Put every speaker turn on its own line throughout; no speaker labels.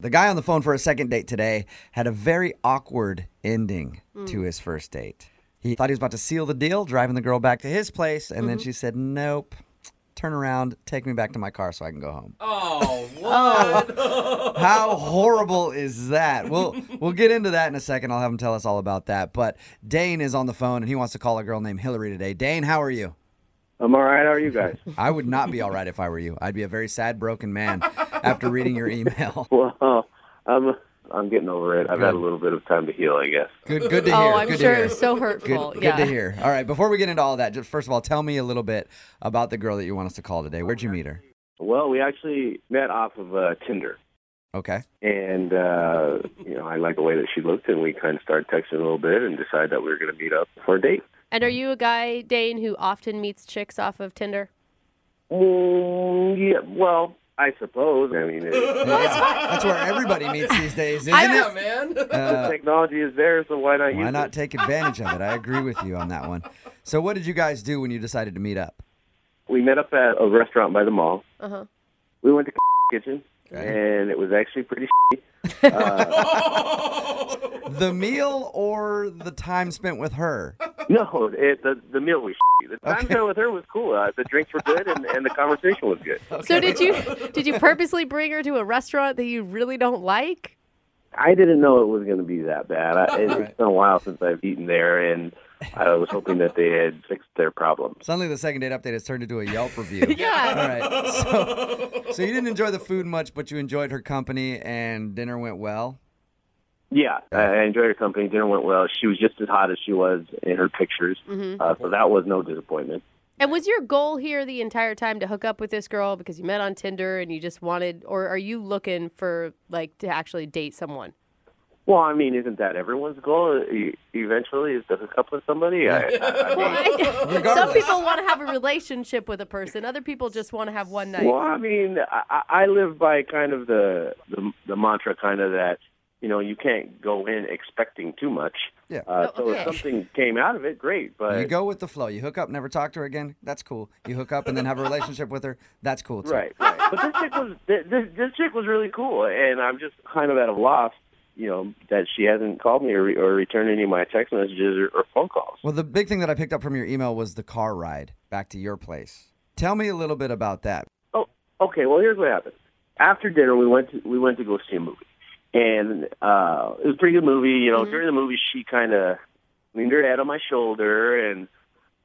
The guy on the phone for a second date today had a very awkward ending
Hmm.
to his first date. He thought he was about to seal the deal, driving the girl back to his place, and
Mm-hmm.
then she said, Nope, turn around, take me back to my car so I can go home. Oh.
Oh, what?
How horrible is that? We'll we'll get into that in a second. I'll have him tell us all about that. But Dane is on the phone and he wants to call a girl named Hillary today. Dane, how are you?
I'm all right. How are you guys?
I would not be all right if I were you. I'd be a very sad, broken man after reading your email.
Well, I'm I'm getting over it. I've had a little bit of time to heal, I guess.
Good, good to
Oh,
hear.
I'm
good
sure
to
it
hear.
was so
Good,
hurtful.
good
yeah.
to hear. All right, before we get into all that, just first of all, tell me a little bit about the girl that you want us to call today. Where'd you meet her?
Well, we actually met off of uh, Tinder,
Okay.
and uh, you know, I like the way that she looked, and we kind of started texting a little bit, and decided that we were going to meet up for a date.
And are you a guy, Dane, who often meets chicks off of Tinder?
Mm, yeah. Well, I suppose. I mean, it,
That's where everybody meets these days, isn't
I
yeah,
it?
man.
the
Uh,
technology is there, so why not use
why
it?
not take advantage of it? I agree with you on that one. So, what did you guys do when you decided to meet up?
We met up at a restaurant by the mall.
Uh huh.
We went to kitchen, and it was actually pretty.
The meal or the time spent with her?
No, it, the the meal was. The time spent with her was cool. Uh, the drinks were good, and, and the conversation was good.
So did you did you purposely bring her to a restaurant that you really don't like?
I didn't know it was going to be that bad. I, it,
Right.
It's been a while since I've eaten there, and I was hoping that they had fixed their problems.
Suddenly, the second date update has turned into a Yelp review. All
Yeah.
right. So, so you didn't enjoy the food much, but you enjoyed her company, and dinner went well.
Yeah, I I enjoyed her company. Dinner went well. She was just as hot as she was in her pictures, uh, so that was no disappointment.
And was your goal here the entire time to hook up with this girl because you met on Tinder and you just wanted, or are you looking for like to actually date someone?
Well, I mean, isn't that everyone's goal? E- Eventually, is to hook up with somebody. I, I, I mean,
Some people want to have a relationship with a person. Other people just want to have one night.
Well, I mean, I, I I live by kind of the, the the mantra, kind of that you know you can't go in expecting too much.
Yeah.
Uh,
Oh,
so
okay.
if something came out of it, great. But
You go with the flow. You hook up, never talk to her again. That's cool. You hook up and then have a relationship with her. That's cool too.
right, right. But this chick was this this- this chick was really cool, and I'm just kind of at a loss, you know, that she hasn't called me or, re- or returned any of my text messages or, or phone calls.
Well, the big thing that I picked up from your email was the car ride back to your place. Tell me a little bit about that.
Oh, okay. Well, here's what happened. After dinner, we went to we went to go see a movie, and uh, it was a pretty good movie. You know, during the movie, she kind of leaned her head on my shoulder, and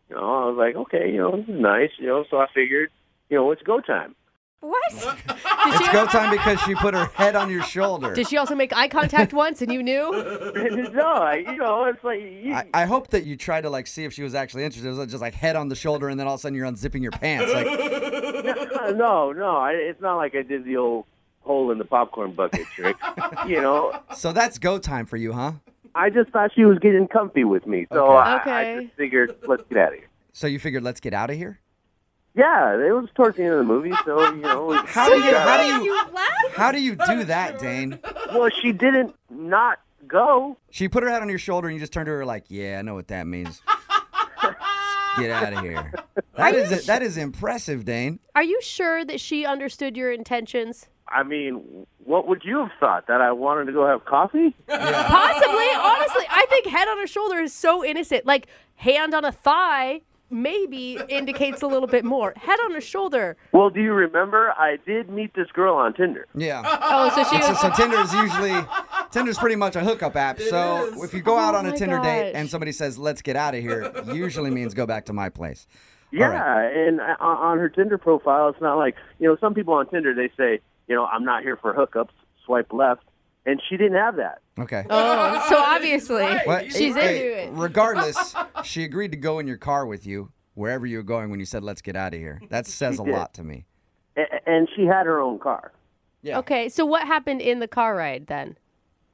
you know, I was like, okay, you know, this is nice. You know, so I figured, you know, it's go time.
What?
It's go time because she put her head on your shoulder.
Did she also make eye contact once and you knew?
no, I, you know, it's like you,
I, I hope that you tried to like see if she was actually interested. It was just like head on the shoulder, and then all of a sudden you're unzipping your pants. Like,
uh, no, no, I, it's not like I did the old hole in the popcorn bucket trick. you know,
so that's go time for you, huh?
I just thought she was getting comfy with me, so I, I
Okay.
just figured, let's get out of here.
So you figured, let's get out of here.
Yeah, it was towards the end of the movie, so you know. we-
How do you? How do you?
laugh?
How do you do that, Dane?
Well, she didn't not go.
She put her head on your shoulder, and you just turned to her like, "Yeah, I know what that means. Get out of here." That is that is impressive, Dane.
Are you sure that she understood your intentions?
I mean, what would you have thought that I wanted to go have coffee?
Possibly. Honestly, I think head on her shoulder is so innocent. Like hand on a thigh maybe indicates a little bit more. Head on her shoulder.
Well, do you remember? I did meet this girl on Tinder.
Yeah.
Oh, so she
So,
was.
so Tinder is usually Tinder's pretty much a hookup app. so
is.
if you go out
Oh
on a
my
Tinder date
gosh.
and somebody says, "Let's get out of here," usually means go back to my place.
Yeah,
right.
and I- on on her Tinder profile, it's not like you know some people on Tinder they say you know I'm not here for hookups. Swipe left, and she didn't have that.
Okay.
Oh, so obviously
What-
she's
hey,
into it.
Regardless, she agreed to go in your car with you wherever you were going when you said, "Let's get out of here." That says a
did.
lot to me.
A- and she had her own car.
Yeah.
Okay, so what happened in the car ride then?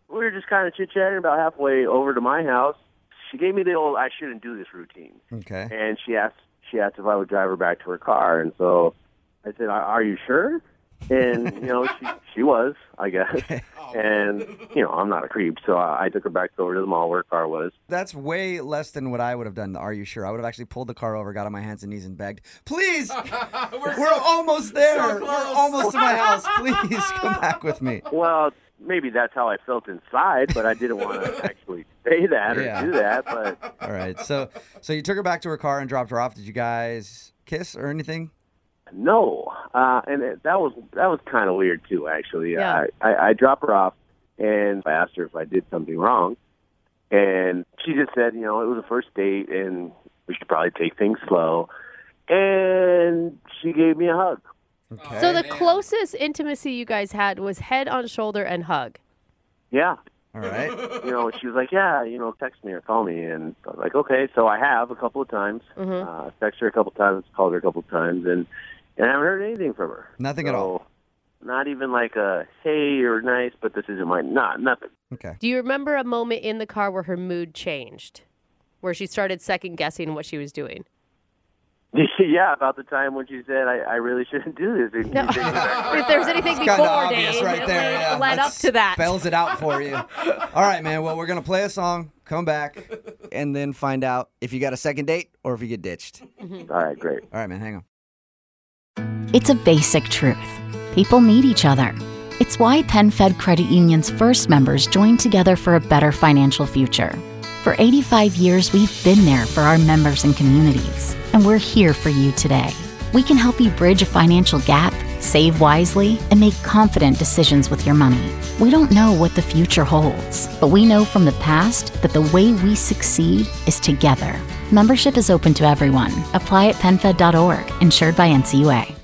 we were just kind of chit chatting about halfway over to my house. She gave me the old "I shouldn't do this" routine,
Okay.
and she asked she asked if I would drive her back to her car, and so I said, "Are, are you sure?" And you know, she she was, I guess. And you know, I'm not a creep, so I, I took her back over to the mall where her car was.
That's way less than what I would have done. Are you sure? I would have actually pulled the car over, got on my hands and knees, and begged, "Please,
We're
we're almost there.
so
we're
close."
almost to my house. Please come back with me."
Well, maybe that's how I felt inside, but I didn't want to actually say that or
Yeah.
do that. But
All right. So, so you took her back to her car and dropped her off. Did you guys kiss or anything?
No, uh, and it, that was that was kind of weird too. Actually, Uh,
Yeah.
I, I, I dropped her off and I asked her if I did something wrong, and she just said, you know, it was a first date and we should probably take things slow, and she gave me a hug.
Okay.
so the closest intimacy you guys had was head on shoulder and hug.
Yeah,
All right.
you know, she was like, yeah, you know, text me or call me, and I was like, okay. So I have a couple of times, uh, text her a couple of times, called her a couple of times, and and I haven't heard anything from her.
Nothing at
So,
all.
Not even like a hey, you're nice, but this isn't my not nothing.
Okay.
Do you remember a moment in the car where her mood changed? Where she started second guessing what she was doing?
yeah, about the time when she said I, I really shouldn't do this. And she said,
if there's anything
Kind
before
of obvious
dating
right
that
there.
led,
Yeah.
led
That
up to that.
Spells it out for you. All right, man. Well, we're gonna play a song, come back, and then find out if you got a second date or if you get ditched.
all right, great.
All right, man. Hang on.
It's a basic truth. People need each other. It's why PenFed Credit Union's first members joined together for a better financial future. For 85 years, we've been there for our members and communities, and we're here for you today. We can help you bridge a financial gap, save wisely, and make confident decisions with your money. We don't know what the future holds, but we know from the past that the way we succeed is together. Membership is open to everyone. Apply at penfed.org, insured by NCUA.